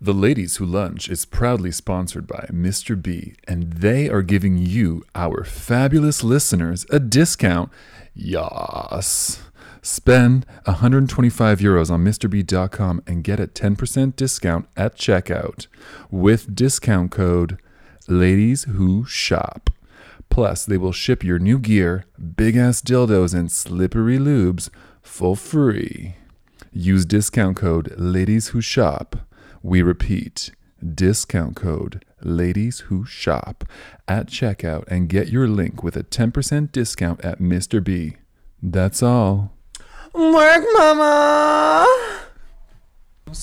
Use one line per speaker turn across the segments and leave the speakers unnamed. The Ladies Who Lunch is proudly sponsored by Mr. B, and they are giving you, our fabulous listeners, a discount. Yas. Spend 125 euros on MrB.com and get a 10% discount at checkout with discount code Ladies Who Shop. Plus, they will ship your new gear, big ass dildos, and slippery lubes for free. Use discount code Ladies Who Shop. We repeat, discount code Ladies Who Shop at checkout and get your link with a 10% discount at Mr. B. That's all.
Work, mama.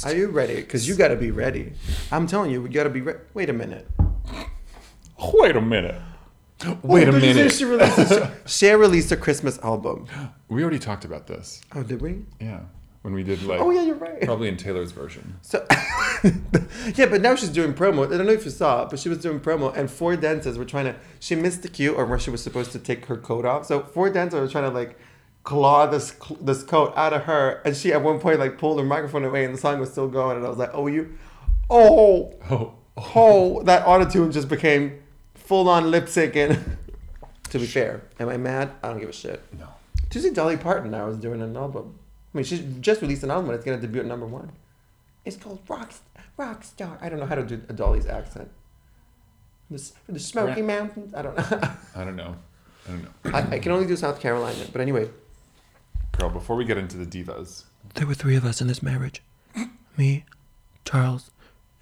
Are you ready? Because you got to be ready. I'm telling you, you got to be ready. Wait a minute.
Wait a minute. Wait
Oh,
a
did you
minute.
say She released, a, Cher released a Christmas album.
We already talked about this.
Oh, did we?
Yeah. When we did like
Oh, yeah, you're right.
probably in Taylor's version.
So, yeah, but now she's doing promo. I don't know if you saw it, but she was doing promo, and four dancers were trying to. She missed the cue, or where she was supposed to take her coat off. So four dancers were trying to like claw this this coat out of her, and she at one point like pulled her microphone away, and the song was still going, and I was like, oh you, oh
Oh.
oh, that autotune just became full on lip syncing. to be fair, am I mad? I don't give a shit.
No.
Tuesday Dolly Parton now is doing an album. I mean, she's just released an album and it's going to debut at number one. It's called Rock, Rockstar. I don't know how to do a Dolly's accent. The, S- the Smoky
Ra-
Mountains. I don't know.
I don't know. I don't know.
I, I can only do South Carolina. But anyway.
Girl, before we get into the divas,
There were three of us in this marriage me, Charles,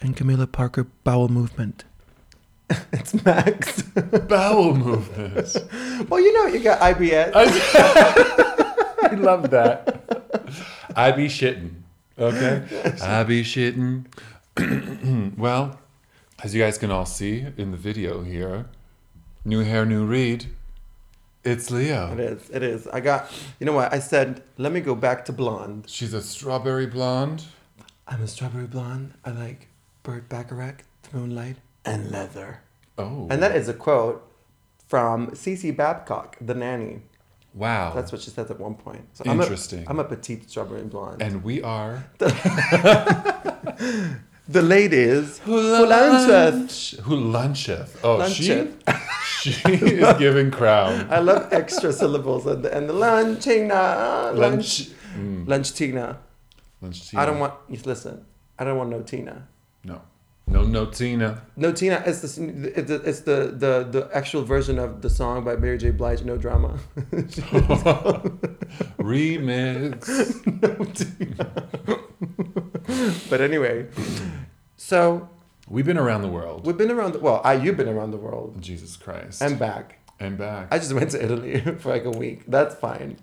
and Camilla Parker Bowel Movement. it's Max.
bowel movements.
well, you know, you got IBS.
I love that. I be shitting. Okay. I be shitting. well, as you guys can all see in the video here, new hair, new read. It's
It
Leo.
is. It is. I got. You know what? I said, let me go back to blonde.
She's a strawberry blonde.
I'm a strawberry blonde. I like Burt Bacharach, the moonlight, and leather.
Oh.
And that is a quote from Cece Babcock, the nanny.
wow.
That's what she says at one point. So
Interesting.
I'm a, I'm a petite strawberry blonde.
and we are
the ladies who luncheth.
lunch- Who luncheth? Oh,
Luncheth.
she she is giving crown.
I love extra syllables at the end. The lunchina.
Lunch.
Lunch.
Mm,
Lunch Tina.
lunch.
I don't want. Yes, listen. I don't want no Tina.
No. No, no, Tina.
No, Tina, it's the it's the it's the, the, the actual version of the song by Mary J. Blige, No Drama.
Remix.
but anyway, so
We've been around the world.
we've been around. The, well, I you've been around the world
Jesus Christ.
and back.
and back.
I just went to Italy for like a week. That's fine.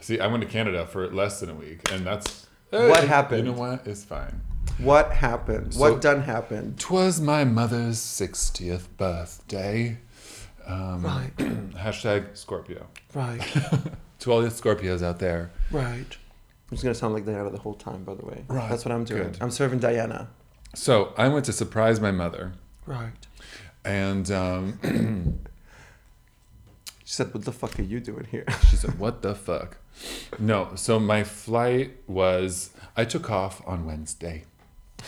See, I went to Canada for less than a week, and that's
What
Hey,
happened?
You know what? It's fine.
What happened?
So-
what done happened?
Twas my mother's 60th birthday. Um,
Right.
hashtag Scorpio.
Right,
To all the Scorpios out there,
right. I'm just gonna sound like Diana the whole time, by the way.
Right,
That's what I'm doing.
good.
I'm serving Diana.
So I went to surprise my mother,
Right.
and um,
She said, "What the fuck are you doing here?"
she said, "What the fuck?" No. So my flight was. I took off on Wednesday,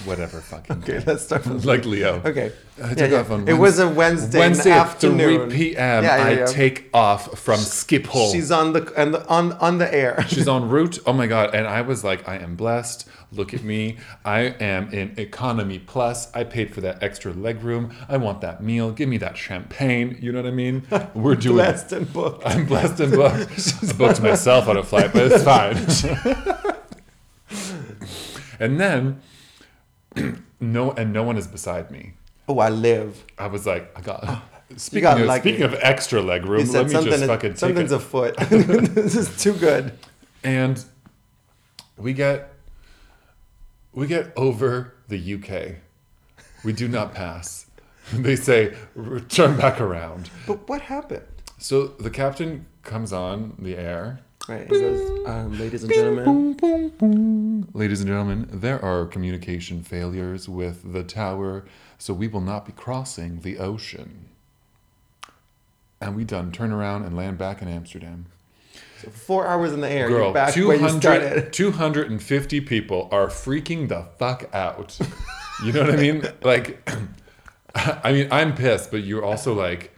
whatever fucking
okay,
day.
let's start from
like Leo.
Okay.
I
Yeah,
took
yeah.
Uh, off on
It was a Wednesday,
Wednesday
in the
at
afternoon.
3 p.m.
Yeah, yeah, yeah.
I take off from Schiphol.
She's on the and the, on on the air.
She's en route. Oh my god! And I was like, I am blessed. Look at me. I am in economy plus. I paid for that extra leg room. I want that meal. Give me that champagne. You know what I mean? We're doing.
Blessed and booked.
I'm blessed and booked. I booked myself on a flight, but it's fine. and then, no, and no one is beside me.
Oh, I live.
I was like, I got. Speaking,
Oh. got
of,
lucky.
speaking of extra leg room,
He
let
said
me
something.
just fucking take
something's
it.
afoot. this is too good.
and we get we get over the UK. We do not pass. They say return back around.
But what happened?
So the captain comes on the air.
Right. He goes, um, ladies and gentlemen.
Ladies and gentlemen, there are communication failures with the tower, so we will not be crossing the ocean. And we done turn around and land back in Amsterdam.
Four hours in the air.
Girl,
you're back where you
200,
started.
250 people are freaking the fuck out. You know what I mean? Like, I mean, I'm pissed, but you're also like,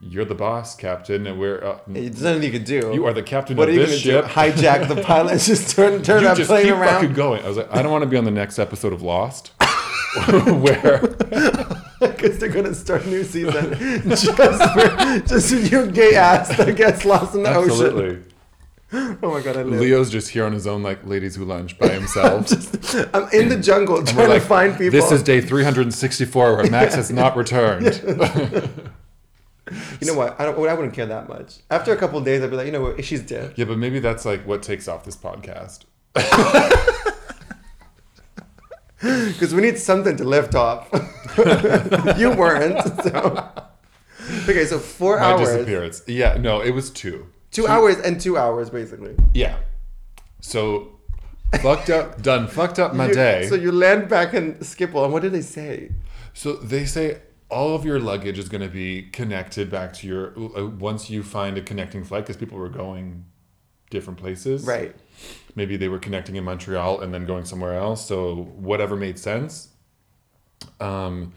you're the boss, captain, and we're uh,
There's nothing you can do.
you are the captain
what are
of
you
this
gonna
ship.
do? Hijack the pilot? Just turn turn
you
that
just
plane
keep
around.
fucking going. I was like, I don't want to be on the next episode of Lost, where
Oh, Because they're gonna start a new season just for just your gay ass that gets lost in the
absolutely
ocean. Oh my god, I live.
Leo's just here on his own, like ladies who lunch by himself.
Just, I'm in the jungle
We're
trying
like,
to find people.
This is day 364 where Max has not returned.
you know what? I don't. I wouldn't care that much. After a couple of days, I'd be like, you know what? Eh, She's dead.
Yeah, but maybe that's like what takes off this podcast.
Because we need something to lift off. you weren't. So. Okay, so four
My
hours,
disappearance. Yeah, no, it was two.
two hours, and two hours basically.
Yeah. So fucked up, done, fucked up my
You-
day.
So
So,
you land back in Skipple, and what did they say?
they say all of your luggage is going to be connected back to your, uh, once you find a connecting flight, because people were going different places.
Right.
maybe they were connecting in Montreal and then going somewhere else. So whatever made sense. Um,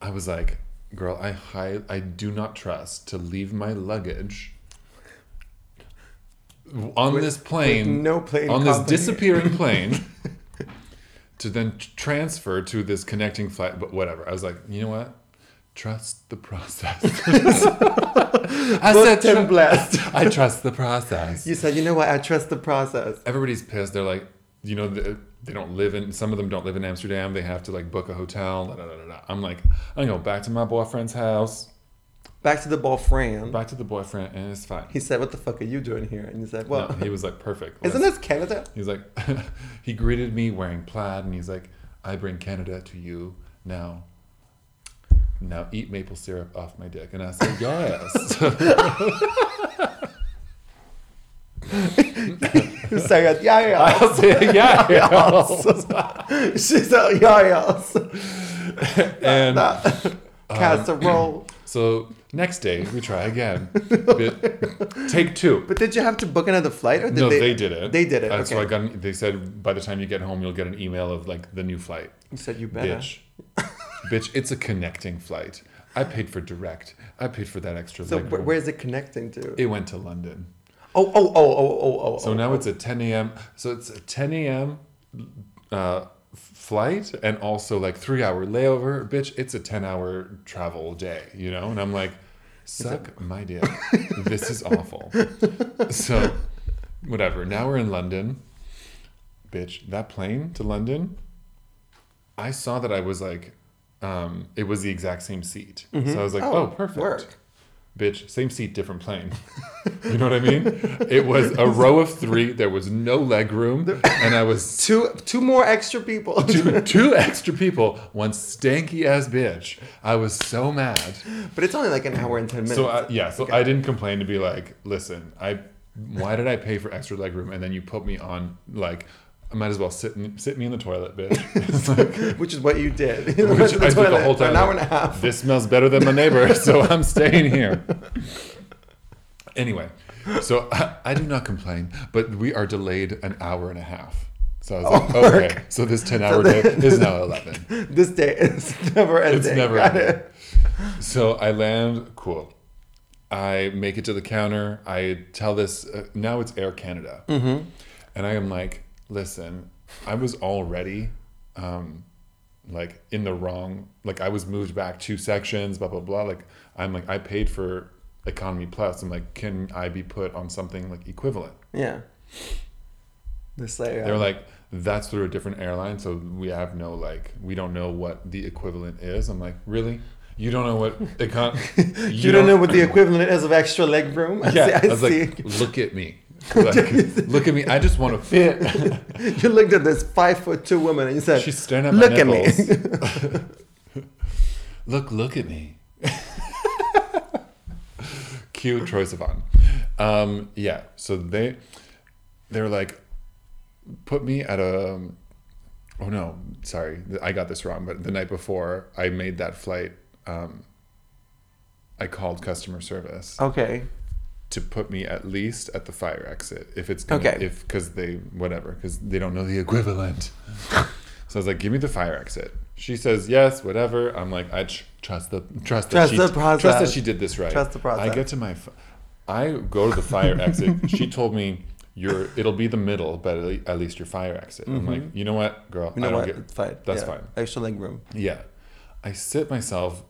I was like, girl, I hi- I do not trust to leave my luggage on this plane,
no plane
on this
company.
disappearing plane. To then t- transfer to this connecting flight, but whatever. I was like, you know what? Trust the process. I said,
Booked and
tru-
blessed.
I trust the process
You said, you know what? I trust the process.
everybody's pissed. They're like, you know, they, they don't live in. Some of them don't live in Amsterdam. They have to like book a hotel. Da, da, da, da, da. I'm like, I'm going back to my boyfriend's house,
Back to the ball frame.
back to the boyfriend, and it's fine.
He said, "What the fuck are you doing here?" And you said,
No,
"Well,
he was like, perfect.
isn't
Let's-
this Canada?"
He's like, he greeted me wearing plaid, and he's like, I bring Canada to you now. Now eat maple syrup off my dick, and I said yes.
You said, "Yeah, yeah."
I said yeah.
She said, "Yeah, yeah."
and
Uh,
Um,
Casserole.
so next day we try again. Bit- Take two.
But did you have to book another flight, or did
no,
they?
they, did it.
They did it.
Uh,
okay.
So I got. an- They said by the time you get home, you'll get an email of like the new flight.
you said you better.
Bitch, bitch, it's a connecting flight. I paid for direct. I paid for that extra.
So
leg
wh-
room.
where is it connecting to?
It went to London.
oh, oh, oh, oh, oh, oh.
So
oh.
now it's a 10 a.m. So it's a 10 a.m. Uh, flight and also like three hour layover. Bitch, it's a 10 hour travel day, you know? And I'm like, suck my dick. this is awful. So, whatever. Now we're in London. Bitch, that plane to London, I saw that I was like, um, it was the exact same seat. So I was like,
Oh,
oh, perfect
work.
bitch, same seat, different plane. you know what I mean? It was a row of three. There was no leg room, and I was
two, two more extra people.
two, two extra people. One stanky ass bitch. I was so mad.
but it's only like an hour and ten minutes.
So I, yeah, so I didn't complain to be like, listen, I why did I pay for extra leg room and then you put me on like. I might as well sit in, sit me in the toilet, bitch. It's like,
which is what you did. Which
which I did the whole time.
An hour and
like,
a half.
This smells better than my neighbor, so I'm staying here. Anyway, so uh, I, I do not complain, but we are delayed an hour and a half. So I was
Oh,
like, okay, so this 10 hour day is now 11.
This day is never ending.
It's never
Got it.
ending. So I land, cool. I make it to the counter. I tell this, uh, now it's Air Canada.
Mm-hmm.
And I am like, listen, I was already um, like in the wrong, like I was moved back two sections, blah, blah, blah. Like I'm like, I paid for Economy Plus. I'm like, can I be put on something like equivalent?
Yeah. This layer.
They were like, that's through a different airline, so we have no like, we don't know what the equivalent is. I'm like, really? You don't know what econ? you,
you, don't, know what the equivalent is of extra leg room. I
Yeah,
see. I
I was like,
see.
look at me, like, look at me. I just want to fit.
you looked at this five foot two woman and you said,
She's staring at my
"Look at me."
nipples. look, look at me. Cute Troy Sivan. Um, yeah, so they they're like, put me at a. Oh no, sorry, I got this wrong. But the night before I made that flight, um, I called customer service
"Okay,
to put me at least at the fire exit if it's gonna,
Okay.
if because they whatever because they don't know the equivalent. So I was like, give me the fire exit. She says yes, whatever. I'm like, I tr- trust the trust, that
Trust
she,
the
Trust that
process.
she did this right.
Trust the process.
I get to my, f- I go to the fire exit. She told me. You're, it'll be the middle, but at le- at least your fire exit. I'm like, you know what, girl,
Mm-hmm. You know
I don't
what?
get
it's fine.
That's
Yeah.
fine.
Extra leg room.
Yeah. I sit myself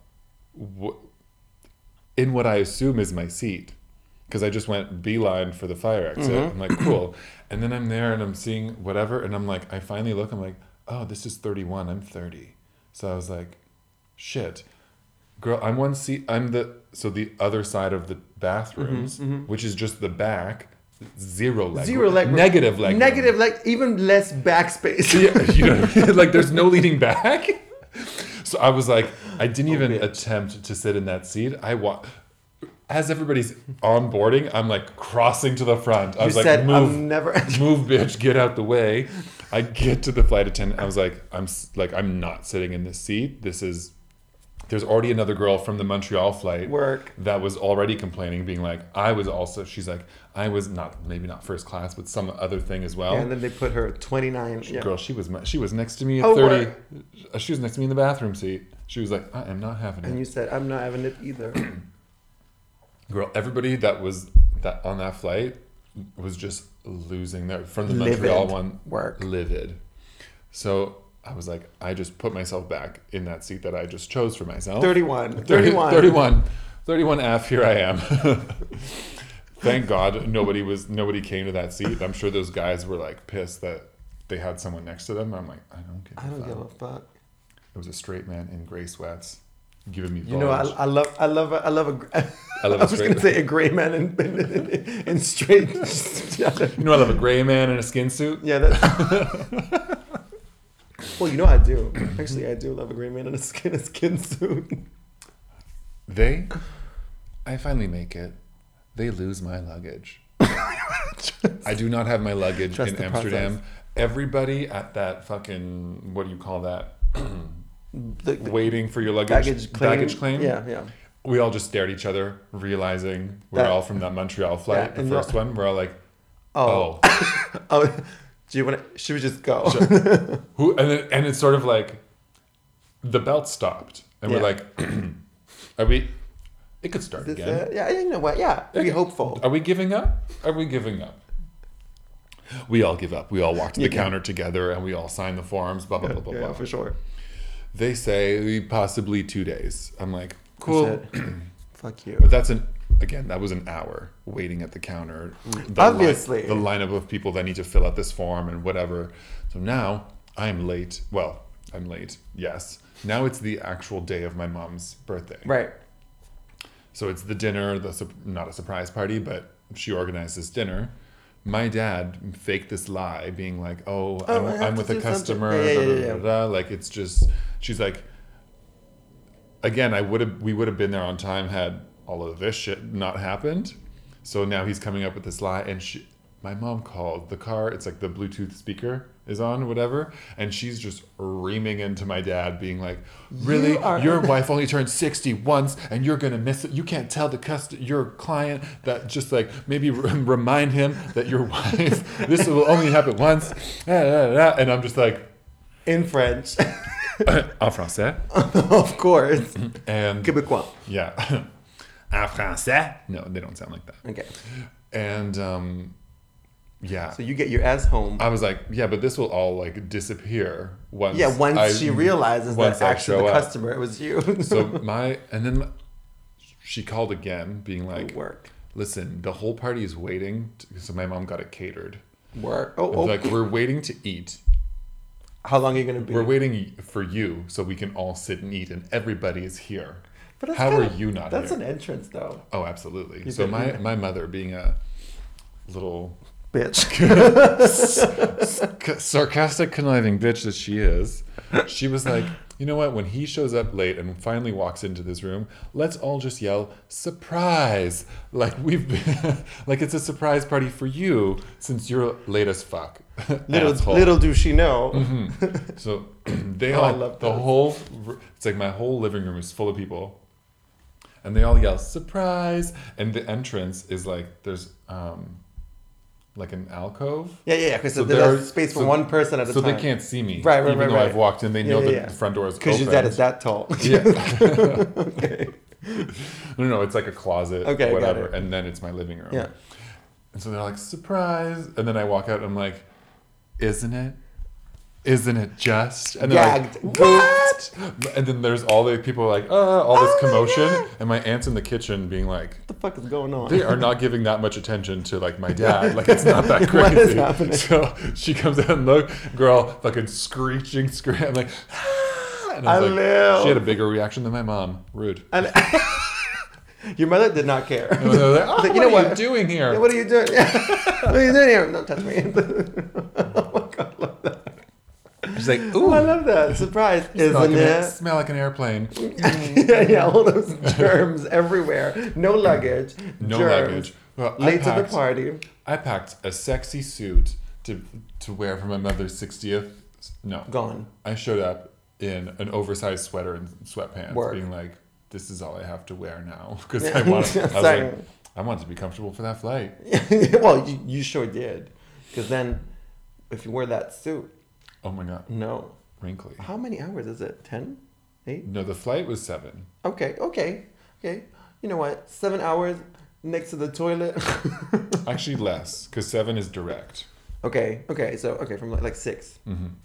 w- in what I assume is my seat because I just went beeline for the fire exit.
Mm-hmm.
I'm like, cool. And then I'm there and I'm seeing whatever. And I'm like, I finally look, I'm like, oh, this is 31. I'm 30. So I was like, shit. Girl, I'm one seat. I'm the so the other side of the bathrooms, which is just the back, zero leg,
Mm-hmm, Zero leg room.
negative leg, room.
Negative leg, even less backspace.
Yeah, you know, what I mean? like there's no leaning back. So I was like, I didn't even attempt to sit in that seat. I wa- as everybody's onboarding, I'm like crossing to the front. I
You
was like,
said um,
move,
I'm never.
move, bitch, get out the way. I get to the flight attendant. I was like, I'm s- like, I'm not sitting in this seat. This is. There's already another girl from the Montreal flight
Work.
that was already complaining, being like, I was also. She's like, I was not maybe not first class, but some other thing as well.
and then they put her at 29. Yeah.
Girl, Oh. she was my, she was next to me at
Oh,
thirty. Uh, She was next to me in the bathroom seat. She was like, "I am not having
And
it."
you said, I'm not having it either.
Girl, everybody that was that on that flight was just losing their from the
Livid.
Montreal one
Work.
livid. So I was like, I just put myself back in that seat that I just chose for myself.
31.
31.
31.
31. 31 F, here I am. Thank God nobody was nobody came to that seat. I'm sure those guys were like pissed that they had someone next to them. I'm like, I don't give a
I don't
fuck.
give a fuck.
It was a straight man in gray sweats giving me.
You know, I,
love
I love, I love, a, I love a. gr-
I love a
I was
straight
gonna
man.
say a gray man in, in, in, in straight.
you know I love a gray man in a skin suit.
yeah, that. well, you know I do. Actually, I do love a gray man in a skin a skin suit.
They, I finally make it. They lose my luggage. I do not have my luggage
Trust
in
the
Amsterdam. Everybody at that fucking what do you call that?
The, the
Waiting for your luggage
baggage claim.
Baggage claim.
Yeah, yeah.
We all just stared at each other, realizing we're
That-
all from that Montreal flight,
that-
the
and
first one. We're all like,
Oh.
oh.
Oh, do you want to? Should we just go?
Who and it, and it's sort of like the belt stopped, and we're
Yeah.
like, are we? It could start
This,
again.
uh, yeah, you know what? Yeah, be hopeful.
Are we giving up? Are we giving up? We all give up. We all walk to the
Yeah.
counter together, and we all sign the forms. Blah blah blah blah
Yeah,
blah.
for sure.
They say possibly two days. I'm like, cool,
Cool. Fuck you.
but that's an again that was an hour waiting at the counter. The line-
Obviously.
the lineup of people that need to fill out this form and whatever. So now I'm late. Well, I'm late. Yes. Now it's the actual day of my mom's birthday.
Right.
So it's the dinner, the sup- not a surprise party, but she organized this dinner. My dad faked this lie, being like, "Oh,
Oh, I
I'm,
have
I'm
to
with a
do something."
customer."
Yeah, yeah,
da, da,
yeah,
da,
yeah.
da, da. Like it's just she's like, again, I would have we would have been there on time had all of this shit not happened. So now he's coming up with this lie, and she, my mom called the car. It's like the Bluetooth speaker is on, whatever, and she's just reaming into my dad, being like, "Really,
You are-
your wife only turned sixty once, and you're gonna miss it. You can't tell the cust- your client that just like maybe re- remind him that your wife this will only happen once." Da, da, da, da. And I'm just like,
In French,
"En français,"
of course.
and
Quebecois.
Yeah. En français? No, they don't sound like that.
Okay.
And um, yeah.
So you get your ass home.
I was like, yeah, but this will all like disappear once.
yeah, once
I-
she realizes
once
that
I
actually
show
the
up.
customer it was you.
So my and then she called again, being like,
work,
"Listen, the whole party is waiting." To, so my mom got it catered.
work. Oh,
And
oh.
Like we're waiting to eat.
how long are you gonna be?
We're waiting for you so we can all sit and eat, and everybody is here.
But that's
How
kinda-
are you not
That's
here?
an entrance though,
oh, absolutely.
You
So
did-
my my mother, being a little
bitch.
c- sarcastic, conniving bitch that she is, she was like, you know what? When he shows up late and finally walks into this room, let's all just yell surprise, like we've been, like it's a surprise party for you since you're late as fuck.
little
asshole." Mm-hmm.
little do she know.
So they
Oh, I
all
love
the
those.
whole. r- It's like my whole living room is full of people, and they all yell surprise. And the entrance is like there's um, like an alcove.
Yeah, yeah, yeah. Because
So there
there's
are-
space for
so-
one person at a
so
time.
they can't see me.
Right, right,
Even
right,
though
right.
I've walked in, they
Yeah,
know
yeah,
that
yeah.
the front door is open.
Because your dad is that tall.
Yeah.
okay.
no, no, it's like a closet,
Okay, got
whatever,
it.
and then it's my living room.
Yeah.
And so they're like, surprise. And then I walk out and I'm like, isn't it? Isn't it just? And they're
Gagged.
like, what? And then there's all the people like, uh, all this
Oh my God.
commotion. And my aunt's in the kitchen being like,
What the fuck is going on?
they are not giving that much attention to like my dad. Like it's not that
What
crazy.
is happening?
So she comes out and look, girl, fucking screeching, scream. I'm like, and I was
I
like,
live.
she had a bigger reaction than my mom. Rude.
And your mother did not care.
And they're like, oh,
Like,
what
you know
are you
what?
doing here?
Yeah, what are you doing? what are you doing here? Don't touch me. oh my god, I love that.
She's like,
Ooh,
ooh,
I love that. Surprise,
smell like,
isn't
an air-
it?
smell like an airplane.
yeah, yeah, all those germs everywhere. No luggage.
No
germs.
luggage. Well, I
Late to the
packed-
party.
I packed a sexy suit to to wear for my mother's 60th. No.
Gone.
I showed up in an oversized sweater and sweatpants,
Work.
being like, "This is all I have to wear now because
Yeah.
I want." I was
Sorry.
like, "I want to be comfortable for that flight."
well, you, you sure did. Because then, if you wear that suit,
Oh my god,
no.
wrinkly.
How many hours is it? 10? 8?
No, the flight was seven.
Okay, okay, okay. You know what? Seven hours next to the toilet.
Actually, less because seven is direct. Mm-hmm.
okay, okay. So, okay, from like, like six.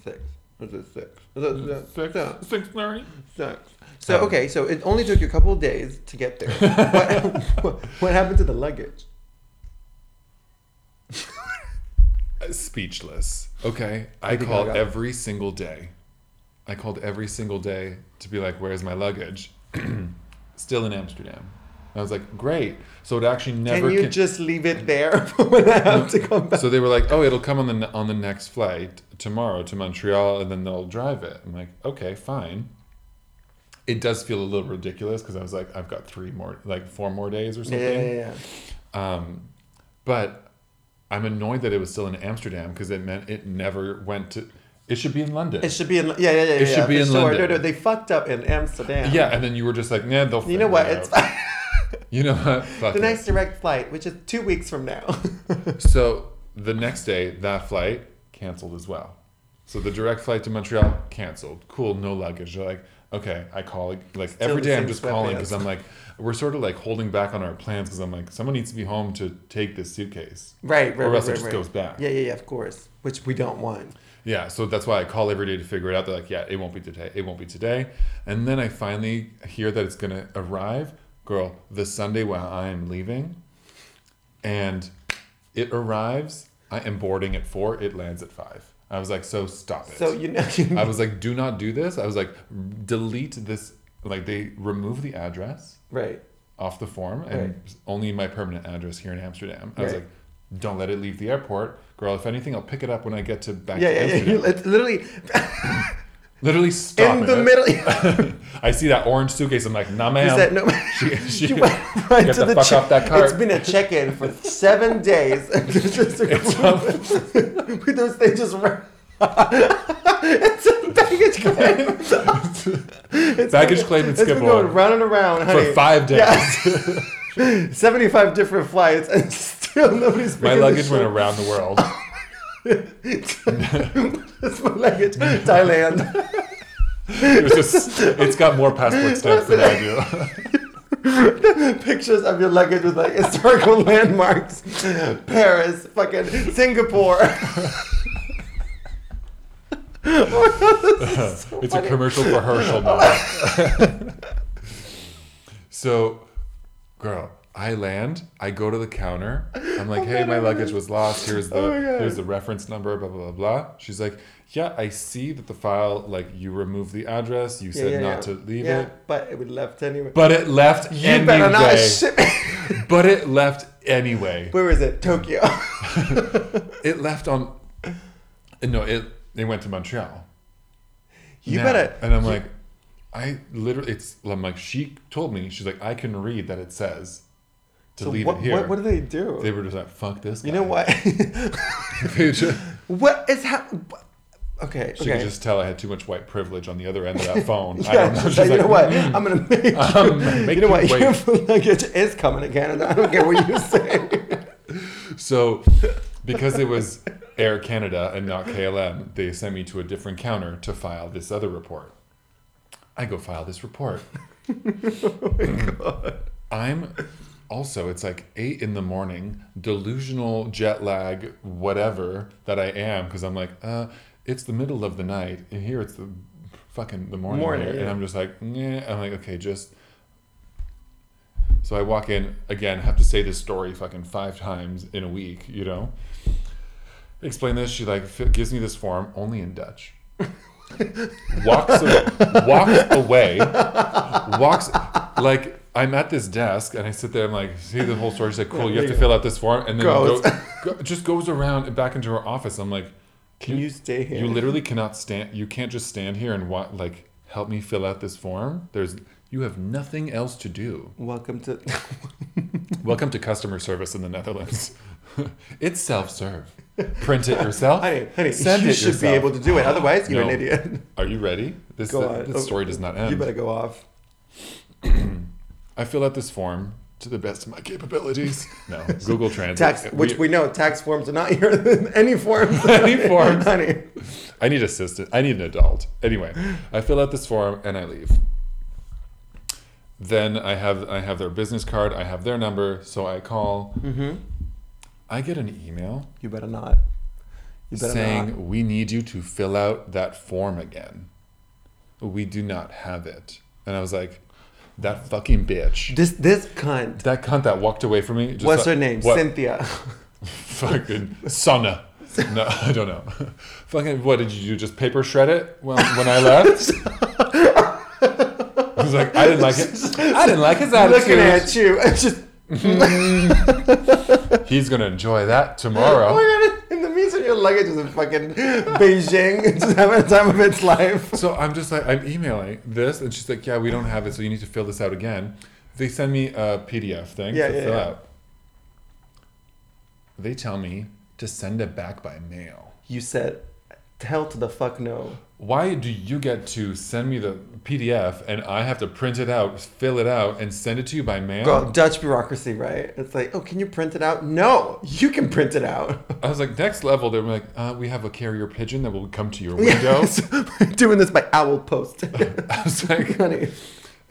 Six. Was it six? Was it
Six, uh,
Yeah.
six, thirty.
Six. So,
Um,
okay, so it only took you a couple of days to get there. what, what happened to the luggage?
Uh, Speechless. Okay, I
think I
call
got it.
every single day. I called every single day to be like, "Where's my luggage?" Still in Amsterdam. I was like, "Great." So it actually never.
Can you
con-
just leave it there for when I have to come back?
So they were like, "Oh, it'll come on the on the next flight tomorrow to Montreal, and then they'll drive it." I'm like, "Okay, fine." It does feel a little ridiculous because I was like, "I've got three more, like four more days or
Yeah,
something."
yeah, yeah.
Um, but I'm annoyed that it was still in Amsterdam because it meant it never went to. It should be in London.
It should be in yeah, yeah, yeah.
It should
yeah,
be
for
in
sure.
London.
No, no, they fucked up in Amsterdam.
yeah, and then you were just like, "Nah, they'll."
You
figure
know what?
it
It's
out." you know what? Fuck
the
it.
next direct flight, which is two weeks from now.
So the next day, that flight canceled as well. So the direct flight to Montreal canceled. Cool, no luggage. You're like, okay, I call like, like every
the
day. I'm
same
just calling because
sweatpants.
I'm like, we're sort of like holding back on our plans because I'm like, someone needs to be home to take this suitcase.
right, right,
Or
right,
else it
right,
just
right.
goes back.
Yeah, yeah, yeah. Of course, which we don't want.
Yeah, so that's why I call every day to figure it out. They're like, yeah, it won't be today. It won't be today. And then I finally hear that it's going to arrive, girl, the Sunday while I am leaving. And it arrives. I am boarding at four. It lands at five. I was like, so stop it.
So you know, you
I was like, do not do this. I was like, delete this. Like, they remove the address
right.
off the form and only my permanent address here in Amsterdam. I was
Right.
like, don't let it leave the airport. Girl, if anything, I'll pick it up when I get to back
Yeah,
to
yeah, yeah.
Amsterdam.
You, it's literally
Literally stop
in
it.
the middle. you
I see that orange suitcase. I'm like, nah, ma'am.
said no.
she, she,
You went right
Get
to
the
the,
fuck
check-
off that cart.
It's been a check-in for seven days. Just to- We just- they just ran- it's a baggage claim. It's
Baggage
been-
claim and
it's been
skip
going
over.
round and around, honey.
for five days.
Yeah. 75 different flights and still nobody's
My
picking the
luggage went
shit.
around the world.
That's my luggage. Thailand.
It was just, it's got more passport stamps than I do.
Pictures of your luggage with like historical landmarks. Paris, fucking Singapore.
It's a commercial for Herschel now. so, girl, I land. I go to the counter. I'm like, hey, my luggage was lost. Here's the
Oh my God.
here's the reference number. Blah blah blah blah. She's like, yeah, I see that the file like you removed the address. You said not to leave
Yeah,
it,
But it would left anyway.
but it left
you better not
anyway.
ship.
But it left anyway.
Where is it? Tokyo.
It left on. No, it it went to Montreal.
you
Now.
better.
And I'm like, I literally, it's. I'm like, she told me she's like, I can read that it says to
So
leave
what,
it here.
What, what do they do?
they were just like, fuck this.
you know
guy.
what?
They just-
what is happening? Okay.
She
okay.
could just tell I had too much white privilege on the other end of that phone. I
Yeah,
don't know.
she's
She's
like, you
like,
know what?
"Mm,
I'm gonna make you.
I'm gonna make
you know
you
what?
wait."
Your luggage is coming to Canada. I don't care what you say.
So because it was Air Canada and not KLM, they sent me to a different counter to file this other report. I go file this report.
oh my god.
I'm also, it's like eight in the morning, delusional jet lag, whatever that I am, because I'm like, uh, it's the middle of the night, and here it's the fucking the morning,
Morning,
here, and
yeah.
I'm just like, yeah, I'm like, okay, just. So I walk in again, have to say this story fucking five times in a week, you know. Explain this. She like fi- gives me this form only in Dutch. walks a- walks away walks like I'm at this desk and I sit there. I'm like, see the whole story. She's like, cool. You have to fill out this form, and then
Goes.
Go, go, just goes around and back into her office. I'm like,
Can you stay here?
you literally cannot stand. You can't just stand here and wa- like help me fill out this form. There's you have nothing else to do.
Welcome to.
Welcome to customer service in the Netherlands. it's self serve. Print it yourself.
honey, honey,
Send
you
it
should be
yourself.
able to do it. Otherwise, you're
No.
an idiot.
Are you ready? This, uh,
Go on.
this story does not
You
end.
better go off.
I fill out this form to the best of my capabilities. No, Google Translate.
Tax, which we, know tax forms are not your any forms.
Any forms.
honey.
I need assistance. I need an adult. Anyway, I fill out this form and I leave. Then I have I have their business card. I have their number, so I call. I get an email
You better not. You better
saying
not.
we need you to fill out that form again. We do not have it, and I was like, that fucking bitch.
This this cunt.
That cunt that walked away from me. Just
What's
like-
her name?
What?
Cynthia.
fucking sauna. No, I don't know. fucking, what did you do? Just paper shred it when, when I left? I was like, I didn't like it. I didn't like his
Looking
attitude.
at you. It's just.
He's gonna enjoy that tomorrow.
Oh my god! In the meantime, your luggage is in fucking Beijing. It's just having the time of its life.
So I'm just like, I'm emailing this, and she's like, yeah, we don't have it, so you need to fill this out again. They send me a PDF thing
Yeah,
to
yeah,
fill
yeah.
out. They tell me to send it back by mail.
You said, "Hell to the fuck no."
why do you get to send me the PDF and I have to print it out, fill it out, and send it to you by mail?
Girl, Dutch bureaucracy, right? It's like, oh, can you print it out? No, you can print it out.
I was like, next level, they were like, uh, we have a carrier pigeon that will come to your window.
Doing this by owl post.
I was like,
Honey.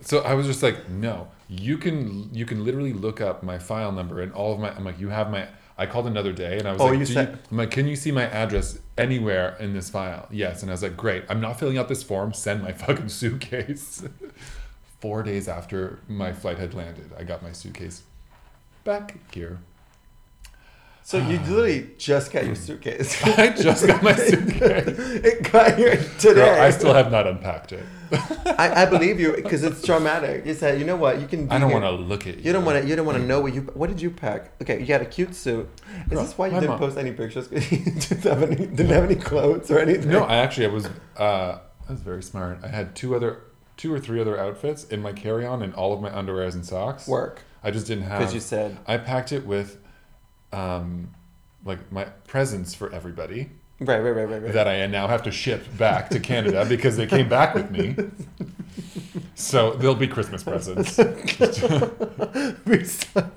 so I was just like, no, you can you can literally look up my file number and all of my. I'm like, you have my. I called another day and I was
Oh,
like,
you
"Do
said-
I'm like, can you see my address anywhere in this file? Yes, and I was like, great. I'm not filling out this form. Send my fucking suitcase. Four days after my flight had landed, I got my suitcase back here.
So you literally just got your suitcase.
I just got my suitcase.
it got here today.
Girl, I still have not unpacked it.
I, I believe you because it's traumatic. You said, you know what? You can. Be
I don't
here.
want to look at you.
You don't want to. You don't want to know what you. What did you pack? Okay, you got a cute suit. Is
Girl,
this why you
my
didn't
mom-
post any pictures? 'Cause you didn't have any, didn't have any clothes or anything.
No, I actually I was uh, I was very smart. I had two other two or three other outfits in my carry-on and all of my underwears and socks.
work
I just didn't have
because you said
I packed it with um like my presents for everybody
right, right, right, right, right.
that I now have to ship back to Canada because they came back with me. So they'll be Christmas presents.
We're so-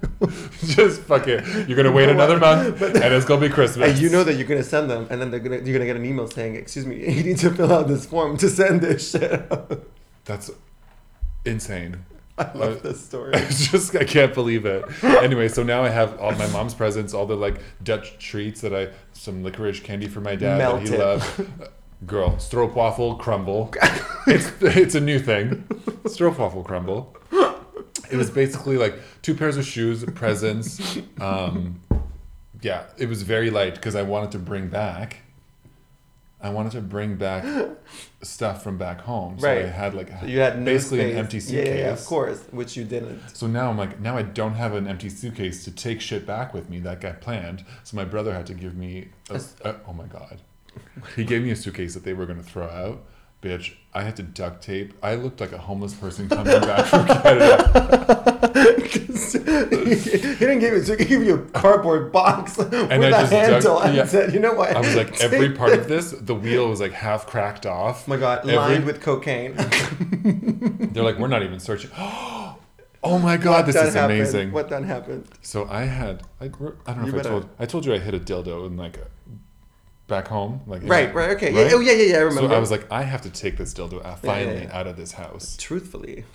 Just fuck it. You're gonna wait
You know
another
what?
month and it's gonna be Christmas.
and you know that you're gonna send them, and then they're gonna you're gonna get an email saying, "Excuse me, you need to fill out this form to send this shit." out."
That's insane.
I love this story.
It's just I can't believe it. Anyway, so now I have all my mom's presents, all the like Dutch treats that I some licorice candy for my dad that
Melted.
he loved. Girl, stroopwafel crumble. it's it's a new thing. Stroopwafel crumble. It was basically like two pairs of shoes, presents. Um, yeah, it was very light because I wanted to bring back. I wanted to bring back stuff from back home. So I
Right.
had like
You had no
basically an
space.
empty
Yeah,
suitcase.
yeah, yeah, of course, which you didn't.
So now I'm like, now I don't have an empty suitcase to take shit back with me that I planned. So my brother had to give me a, a- oh my god, he gave me a suitcase that they were gonna throw out. Bitch, I had to duct tape. I looked like a homeless person coming back from Canada.
he didn't give you. So he gave you a cardboard box with
I
a
just dug-
handle, and
yeah.
said, "You know what?"
I was like,
Take
every part
this."
of this, the wheel was like half cracked off.
Oh my god,
Every-
lined with cocaine.
They're like, we're not even searching. Oh my God, this
done
is
happened?
amazing.
What done happened?
So I had, I, I don't know
You
if I
better-
told, I told you I hit a dildo in like a, back home. Like
Right, right, okay. Yeah, oh, yeah, yeah, yeah, I remember.
So I was like, I have to take this dildo out,
Yeah, yeah,
finally
yeah.
out of this house.
truthfully,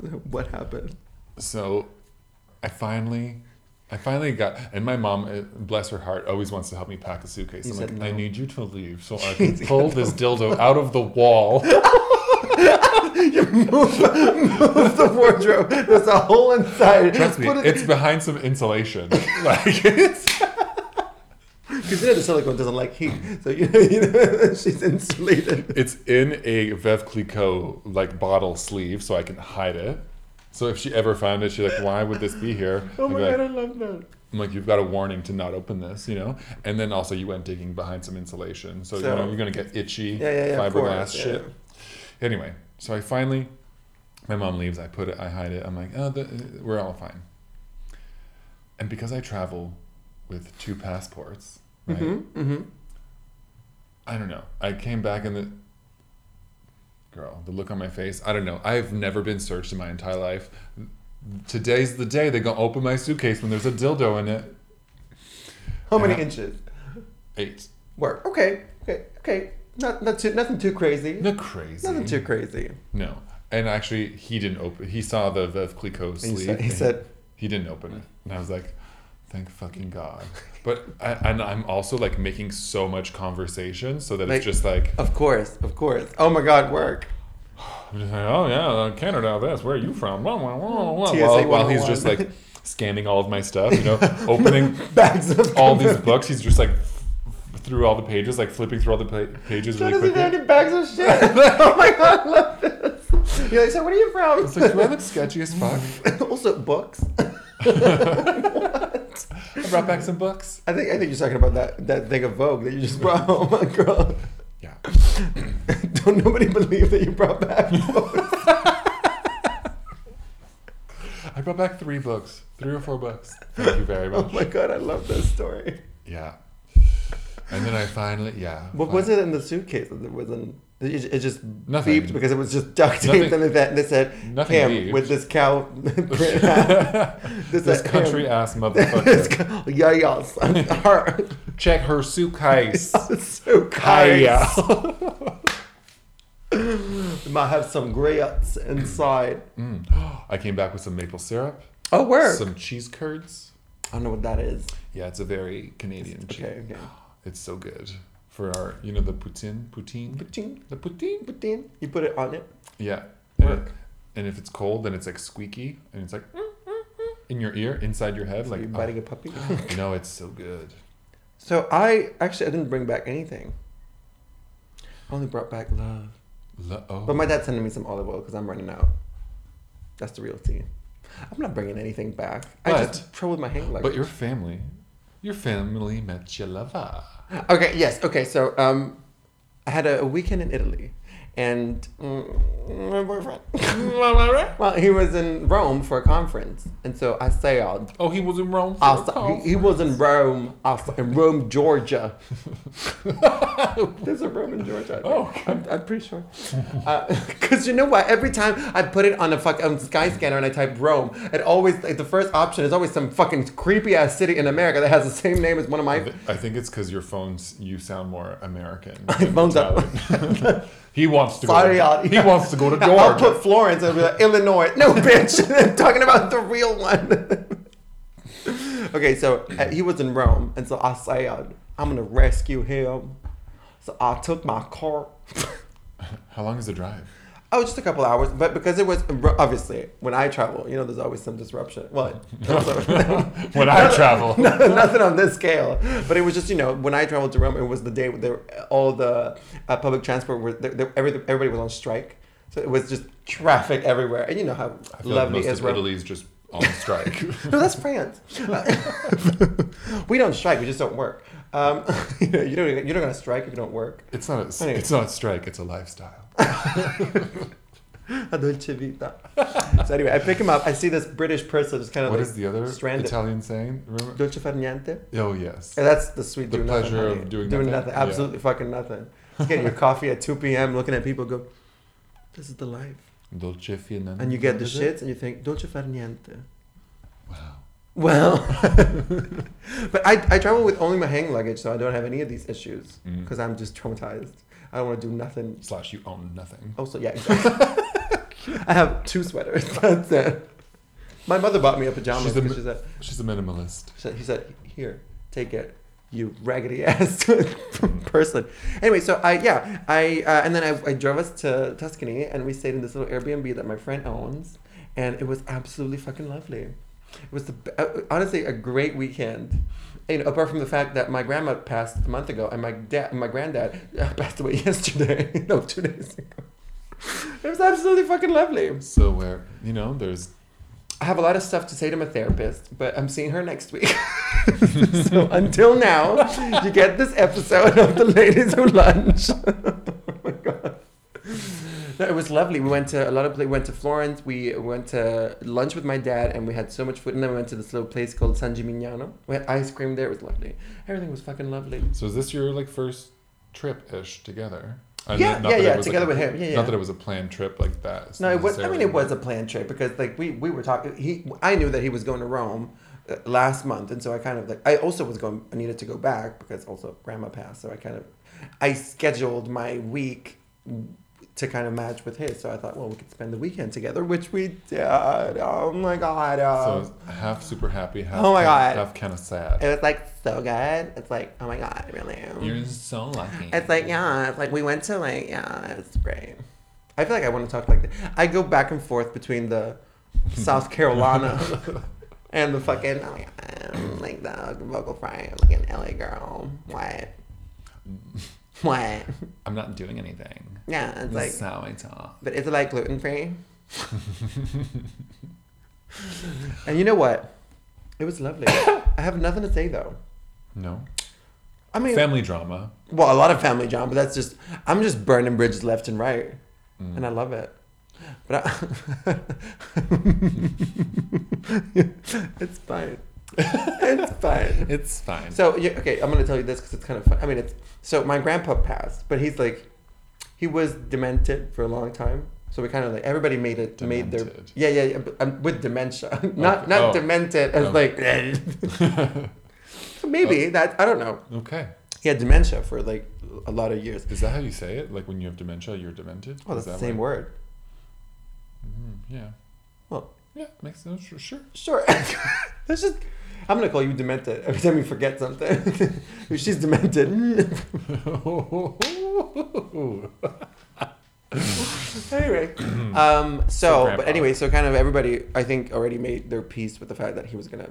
what happened?
So I finally, I finally got, and my mom, uh, bless her heart, always wants to help me pack a suitcase.
You
I'm
said
like,
no.
I need you to leave so I can pull this dildo out of the wall.
move, move the wardrobe. There's a hole inside.
Trust me,
Put it
it's behind some insulation. Like it's
because you know the silicone doesn't like heat, so you know, you know she's insulated.
it's in a Veuve Clicquot like bottle sleeve, so I can hide it. So if she ever found it, she's like, "Why would this be here?"
Oh
I'd
my
be like,
god, I love that.
I'm like, "You've got a warning to not open this," you know. And then also, you went digging behind some insulation, so,
So-
you know you're gonna get itchy
Yeah, yeah, yeah. of
fiberglass
course, yeah.
shit. Anyway, so I finally, my mom leaves. I put it, I hide it. I'm like, "Oh, the, we're all fine." And because I travel with two passports, right?
Mhm, mhm.
I don't know. I came back and the girl, the look on my face. I don't know. I've never been searched in my entire life. Today's the day they're gonna open my suitcase when there's a dildo in it.
How many
Yeah.
inches?
Eight.
Work. Okay, okay, okay. Not, not too, nothing too crazy.
No crazy.
Nothing too crazy.
No. And actually, he didn't open. He saw the Veuve Clicquot
And
sleeve.
he said- he
and
said-
he didn't open it, and I was like, "Thank fucking god." But I, and I'm also like making so much conversation so that
Like-
it's just like,
Of course, of course. Oh my god, work.
I'm just like, oh yeah, uh, Canada. This. Where are you from? Wah, wah, wah, wah.
TSA
While, while he's just
101.
like scanning all of my stuff, you know, opening
Bags of
all these books. He's just like f- through all the pages, like flipping through all the pa- pages
John
really
doesn't even have
quickly.
any bags of shit. oh my god, I love this. You're like, so where are you from?
It's like, do I look sketchy as fuck?
also books.
I brought back some books.
I think I think you're talking about that that thing of Vogue that you just brought home, my girl.
Yeah.
Don't nobody believe that you brought back Vogue.
I brought back three books, three or four books. Thank you very
oh
much.
my god, I love that story.
Yeah. And then I finally, yeah.
What was it in the suitcase? It wasn't. It, it just
Nothing.
beeped because it was just duct taped
Nothing-
and that. And they said,
Nothing
"Him
beeped.
with this cow." print hat.
this
is him.
country ass
This
motherfucker.
cow- yeah, yes. Her-
Check her suitcase.
so
Hiya.
kind. We might have some grits inside.
Mm. I came back with some maple syrup,
Oh, work.
some cheese curds.
I don't know what that is.
Yeah, it's a very Canadian cheese.
Okay, okay.
It's so good for our, you know, the poutine, poutine,
Poutine,
the poutine.
poutine. You put it on it.
Yeah. And,
Work.
and if it's cold, then it's like squeaky, and it's like in your ear, inside your head, like
Like you biting a puppy.
oh, no, it's so good.
so I actually I didn't bring back anything. I only brought back love.
Lo- oh.
But my dad's sending me some olive oil because I'm running out. That's the real tea. I'm not bringing anything back. I just troubled my hand. Like,
But your family, your family met your lover.
okay, yes, okay. So um, I had a, a weekend in Italy, and mm, my boyfriend. well, he was in Rome for a conference, and so I sailed.
Oh, he was in Rome. for
I
a
sa-
conference.
he, he was in Rome, I sa- in Rome, Georgia. There's a Rome in Georgia. I think.
Oh, okay.
I'm, I'm pretty sure. Because you know what? Every time I put it on a fucking sky scanner and I type Rome, it always like the first option is always some fucking creepy ass city in America that has the same name as one of
I,
my.
th- I think it's because your phones, you sound more American.
My phone's up.
Italian. he wants to go.
Sorry,
to,
I'll-
he wants to go to
I'll
Georgia.
put Florence and be like Illinois. No, bitch. I'm talking about the real one. okay, so uh, he was in Rome, and so I said, "I'm gonna rescue him." So I took my car.
How long is the drive?
Oh, just a couple hours, but because it was obviously when I travel, you know, there's always some disruption. Well,
When I travel.
nothing on this scale, but it was just you know when I traveled to Rome, it was the day where there- all the uh, public transport were there, there, every, everybody was on strike, so it was just traffic everywhere, and you know how
I feel like
lovely
most
is
of
Rome.
Italy's just on strike.
No, that's France. we don't strike; we just don't work. Um, you know, you don't, you're not gonna strike if you don't work.
it's not. A,
Anyway.
It's not a strike. It's a lifestyle.
La dolce vita. so anyway, I pick him up. I see this British person just kind of
What
like
is the other
stranded.
Italian saying? Remember?
dolce far niente.
Oh yes.
And that's the sweet
The
do
pleasure
nothing,
of
honey.
doing nothing,
nothing.
yeah.
Absolutely fucking nothing. Just getting your coffee at 2 p.m., looking at people go, this is the life.
Dolce Finan.
and you get the
Is it?
shits and you think dolce far niente.
Wow.
Well, but I, I travel with only my hang luggage, so I don't have any of these issues
Mm.
because I'm just traumatized. I don't want to do nothing.
Slash, you own nothing.
Also, yeah, exactly. I have two sweaters. That's it. My mother bought me a pajama.
She's
She's
a
a,
mi-
she said,
She's a minimalist.
she said, he said, here, take it, you raggedy ass person. Anyway, so I, yeah, I, uh, and then I, I drove us to Tuscany and we stayed in this little Airbnb that my friend owns. And it was absolutely fucking lovely. It was the, be- uh, honestly a great weekend. You know, apart from the fact that my grandma passed a month ago and my dad, my granddad uh, passed away yesterday. no, two days ago. It was absolutely fucking lovely.
So where you know there's
I have a lot of stuff to say to my therapist, but I'm seeing her next week. so until now, you get this episode of the Ladies Who Lunch. oh my god. No, it was lovely. We went to a lot of places. We went to Florence. We went to lunch with my dad, and we had so much food. And then we went to this little place called San Gimignano. We had ice cream there. It was lovely. Everything was fucking lovely.
so is this your like first trip ish together? I
Yeah,
mean,
yeah,
that it
yeah,
was,
together
like, a-
with him. Yeah, yeah.
Not that it was a planned trip like that.
No, it was. I mean, it
necessarily.
was a planned trip because like we we were talking. He, I knew that he was going to Rome uh, last month, and so I kind of like. I also was going. I needed to go back because also grandma passed, so I kind of, I scheduled my week to kind of match with his. So I thought, well, we could spend the weekend together, which we did. Oh my god. uh,
So half super happy, half
Oh my
kind-
God.
half kind of sad.
it was like so good. It's like oh my god, really.
so lucky.
It's like yeah, it's like we went to like yeah, it's great. I feel like I want to talk like that. I go back and forth between the South Carolina and the fucking oh my God, I'm like the vocal fry, I'm like an LA girl. What? What?
I'm not doing anything.
Yeah, it's like,
how I talk.
but is it like gluten free? and you know what? It was lovely. I have nothing to say though.
No
I mean,
family drama.
Well, a lot of family drama, but that's just I'm just burning bridges left and right, and I love it. But I, it's fine. It's fine.
It's fine.
So yeah, okay, I'm gonna tell you this because it's kind of fun. I mean, it's so my grandpa passed, but he's like, he was demented for a long time. So we kind of like everybody made it made their
Demented.
yeah yeah, yeah but, um, with dementia, not
Okay.
not
Oh.
demented as
Oh.
like maybe that I don't know.
okay.
He had dementia for like a lot of years.
Is that how you say it? Like when you have dementia, you're demented?
Oh,
Is
that's the
that
same
like-
word.
Mm, yeah.
Well,
Yeah, makes sense. Sure. sure.
sure. That's just. I'm gonna call you demented every time you forget something. She's demented. anyway, um, so
grandpa.
but anyway, so kind of everybody, I think, already made their peace with the fact that he was gonna.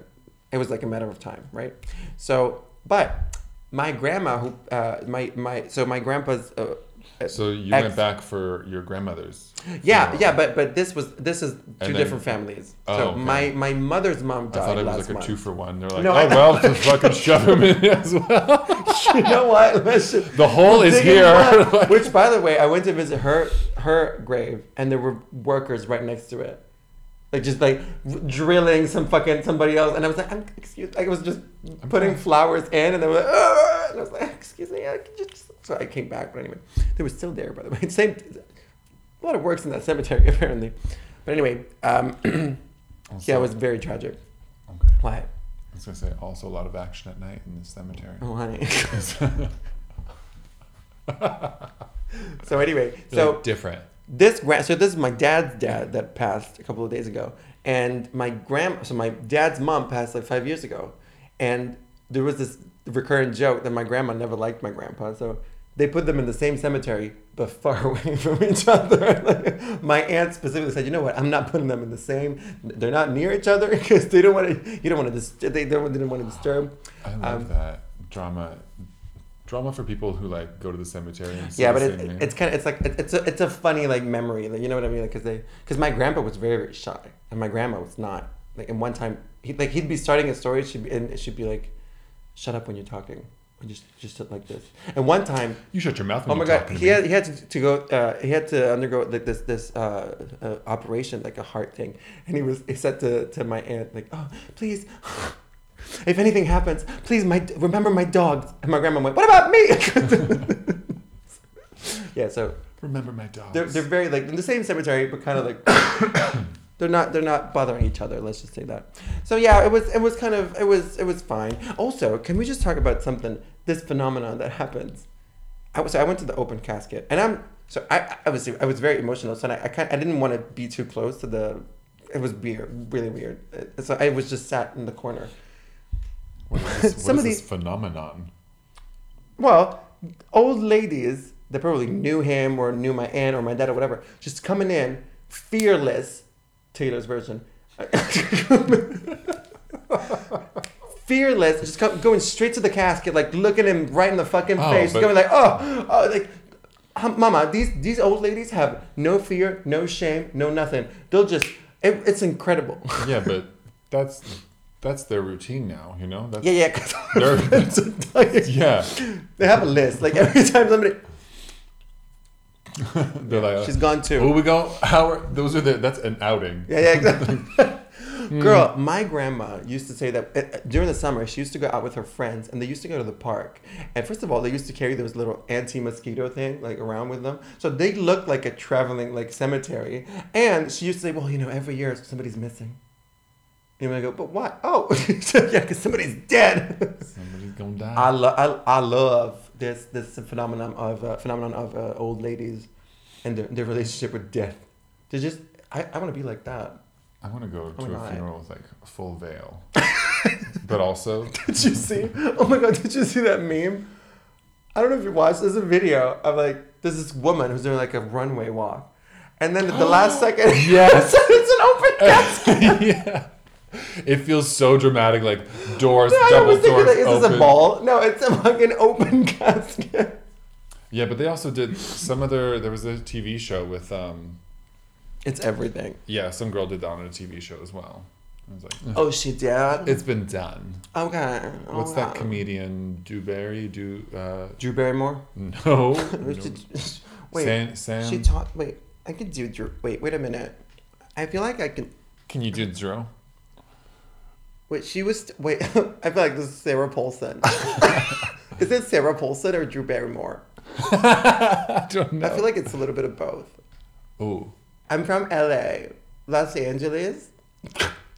It was like a matter of time, right? So, but my grandma, who uh, my my, so my grandpa's. Uh,
So you
Ex-
went back for your grandmother's.
yeah,
funeral.
yeah, but but this was this is two
then-
different families.
Oh,
so
okay.
my my mother's mom
I
died
thought it
last
was like a
month.
two for one. They're like,
No,
oh,
I-
well, just fucking shove him in as well.
you know what? Let's just-
The hole is
Digging
here.
mud. Which, by the way, I went to visit her her grave, and there were workers right next to it, like just like r- drilling some fucking somebody else. And I was like, I'm excuse, like I was just putting
fine.
flowers in, and they were like, "Ugh," and I was like, excuse me, I could just. So I came back, but anyway, they were still there. By the way, same. A lot of works in that cemetery apparently, but anyway, um,
Also-
yeah, it was very tragic.
Okay. I
Why?
was going to say, also a lot of action at night in the cemetery.
Oh, honey. so anyway, so
so different.
this grand so this is my dad's dad that passed a couple of days ago and my grand so my dad's mom passed like five years ago and there was this recurrent joke that my grandma never liked my grandpa so they put them in the same cemetery but far away from each other Like, my aunt specifically said you know what i'm not putting them in the same they're not near each other because they don't want to you don't want to dis- they don't, they don't want to disturb
I love
Um,
that drama. Drama for people who like go to the cemetery and see
yeah,
the
but it,
same
it-
name.
it's kind of it's like it, it's a it's a funny like memory, like, you know what I mean? Because they because my grandpa was very very shy, and my grandma was not. Like and one time, he like he'd be starting a story, she'd be, and she'd be like, "Shut up when you're talking," and just just sit like this. And one time,
you shut your mouth. When
oh my
you're
god,
talking to
he
me.
had he had to, to go uh, he had to undergo like this this uh, uh, operation like a heart thing, and he was he said to to my aunt like, "Oh please." If anything happens, please my remember my dogs. And my grandma went, "What about me?" yeah, so
Remember my dogs.
They're, they're very like in the same cemetery, but kind of like they're not they're not bothering each other. Let's just say that. So yeah, it was it was kind of it was it was fine. Also, can we just talk about something this phenomenon that happens? I was so I went to the open casket, and I'm so I I was I was very emotional, so I I, kind, I didn't want to be too close to the. It was weird, really weird. Uh, So I was just sat in the corner.
What is this, what
Some
is
of
this
the-
phenomenon?
Well, old ladies that probably knew him or knew my aunt or my dad or whatever, just coming in, fearless, Taylor's version. fearless, just come, going straight to the casket, like looking him right in the fucking
Oh,
face,
but-
going like, oh, oh, like, hum- mama, these these old ladies have no fear, no shame, no nothing. They'll just, it, it's incredible.
Yeah, but that's that's their routine now. You know. That's,
Yeah, yeah. 'cause-
They're- yeah.
they have a list. Like every time somebody,
They're like,
she's gone too.
Well, we go. How are, those are the. That's an outing.
Yeah, yeah, exactly. Girl, my grandma used to say that uh, during the summer she used to go out with her friends and they used to go to the park. And first of all, they used to carry those little anti-mosquito thing like around with them, so they looked like a traveling like cemetery. And she used to say, "Well, you know, every year somebody's missing." And I go, "But what? Oh, yeah, because somebody's
Uh.
dead."
Somebody's gonna die.
I love I, I love this this phenomenon of uh, phenomenon of uh, old ladies and their, their relationship with death. They just I, I want to be like that.
I want to go
Oh
to
my
a
God.
funeral with like a full veil, but also
Did you see? Oh my god, did you see that meme? I don't know if you watched. There's a video of like there's this woman who's doing like a runway walk, and then at the last second,
Yes.
it's an open casket.
yeah, it feels so dramatic. Like doors,
I
double
was thinking
doors
like, is
open.
this a ball? No, it's a fucking open casket.
Yeah, but they also did some other. There was a TV show with um.
It's everything.
Yeah, some girl did that on a TV show as well. I was like,
Oh, she did.
it's been done.
okay. Oh,
What's that
wow.
comedian? Dewberry? Do uh,
Drew Barrymore.
no.
Who's
no.
the- Wait,
Sam, Sam
she taught. Wait, I could do Drew. Wait, wait a minute. I feel like I can.
can you do zero?
Wait, she was. Wait, I feel like this is Sarah Paulson. is it Sarah Paulson or Drew Barrymore?
I don't know.
I feel like it's a little bit of both.
Ooh,
I'm from LA, Los Angeles.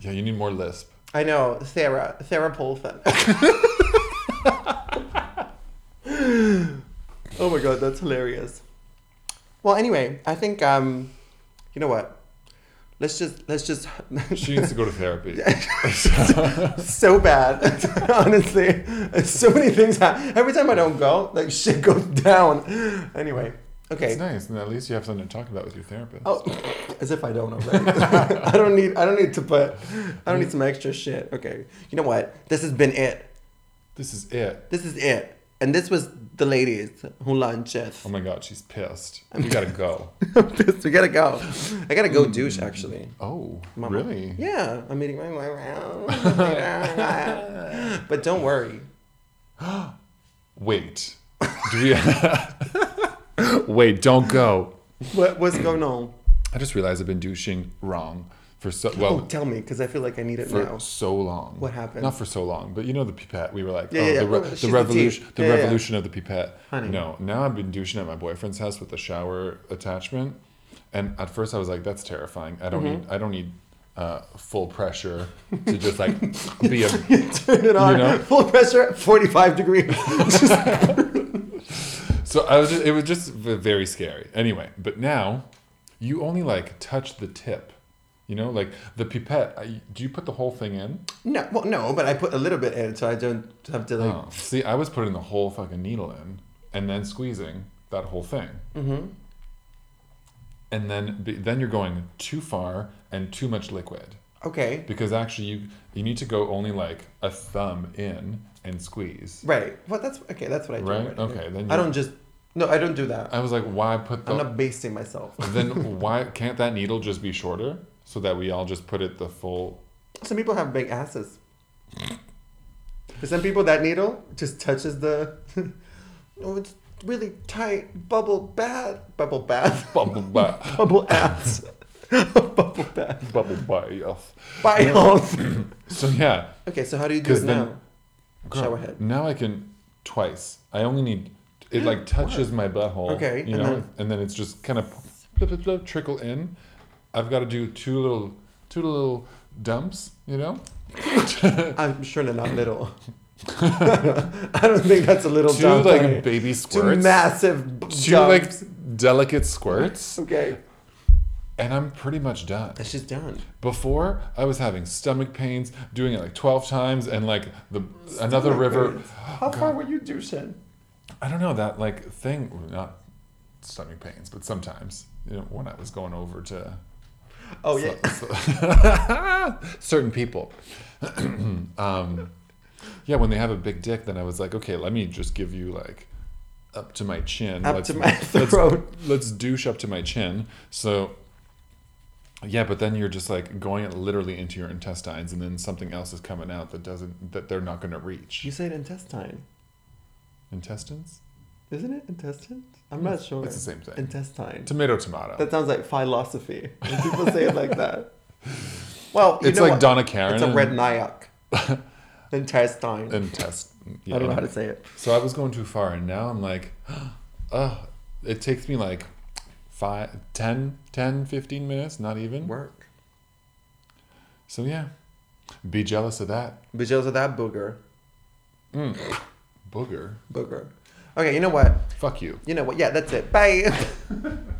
yeah, you need more lisp.
I know Sarah, Sarah Paulson. oh my god, that's hilarious. Well, anyway, I think um, you know what? Let's just let's just
She needs to go to therapy.
so bad. Honestly, so many things happen. Every time I don't go, like shit goes down. Anyway, okay.
It's nice, and at least you have something to talk about with your therapist.
Oh, as if I don't already. I don't need. I don't need to put. I don't need some extra shit. Okay. You know what? This has been it.
This is it.
This is it. And this was the ladies who lunches.
Oh my god, she's pissed. We gotta go.
I'm pissed. We gotta go. I gotta go douche actually.
Oh,
Mama.
really?
Yeah, I'm eating my way around. but don't worry.
Wait. Do we? Wait, don't go.
What, what's going on?
I just realized I've been douching wrong for so
Oh,
well
tell me, because I feel like I need it
for
now.
so long.
Oh, What happened?
Not for so long, but you know the pipette. We were like,
Yeah,
oh,
yeah, yeah.
the, re-
Oh, she's
the
a
revolution,
tea.
the
Yeah, yeah, yeah.
revolution of the pipette.
Honey.
No, now I've been douching at my boyfriend's house with the shower attachment, and at first I was like, that's terrifying. I don't
Mm-hmm.
need, I don't need uh, full pressure to just like be a
Turn it on.
know?
Full pressure, 45 degrees.
So I was. Just, it was just v- very scary. Anyway, but now you only like touch the tip. You know, like the pipette. I, do you put the whole thing in?
no, well, no, but I put a little bit in so I don't have to like.
Oh, see, I was putting the whole fucking needle in and then squeezing that whole thing. Mm-hmm. And then b- then you're going too far and too much liquid
Okay.
because actually you you need to go only like a thumb in and squeeze.
Right. Well, that's okay. That's what I do.
Right?
already.
Okay, then
I
you- Oh.
don't just. No, I don't do that.
I was like, why put the
I'm not basting myself.
then why can't that needle just be shorter so that we all just put it the full
Some people have big asses. For some people, that needle just touches the. oh, it's really tight. Bubble bath. Bubble bath.
bubble butt
bubble ass. bubble bath.
bubble butt yes.
Bye, off.
so yeah
okay, so how do you do
'Cause
it
then-
now? Shower head.
now i can twice i only need it like touches my butthole.
Okay,
You
and
know,
then-
and then it's just kind of blip, blip, blip, trickle in. I've got to do two little, two little dumps. You know,
I'm sure they're not little. I don't think that's a little
two
dump.
like
honey.
baby
two
squirts,
massive b-
two
dumps.
like delicate squirts,
okay,
and I'm pretty much done.
that's just done.
Before I was having stomach pains, doing it like twelve times, and like the another river.
How far were you douching?
I don't know that like thing. well, Not stomach pains, but sometimes you know when I was going over to
Oh yeah,
so- certain people. um, yeah, when they have a big dick, then I was like, okay, let me just give you like up to my chin.
Up to my
let's-
throat.
Let's, douche up to my chin. So. Yeah, but then you're just like going literally into your intestines, and then something else is coming out that doesn't that they're not going to reach
you said intestine,
intestines.
isn't it? Intestine? I'm not sure.
It's the same thing.
Intestine.
Tomato, tomato.
That sounds like philosophy. When people say it like that. Well, you
it's
know
like
what?
Donna Karen.
It's a
and-
red nyack. Intestine.
and test.
I don't know how to say it.
So I was going too far, and now I'm like, uh, it takes me like five, 10, 10, 15 minutes, not even.
Work.
So yeah, be jealous of that
But you also that booger.
booger.
Booger. Okay, you know what?
Fuck you.
You know what? Yeah, that's it. Bye.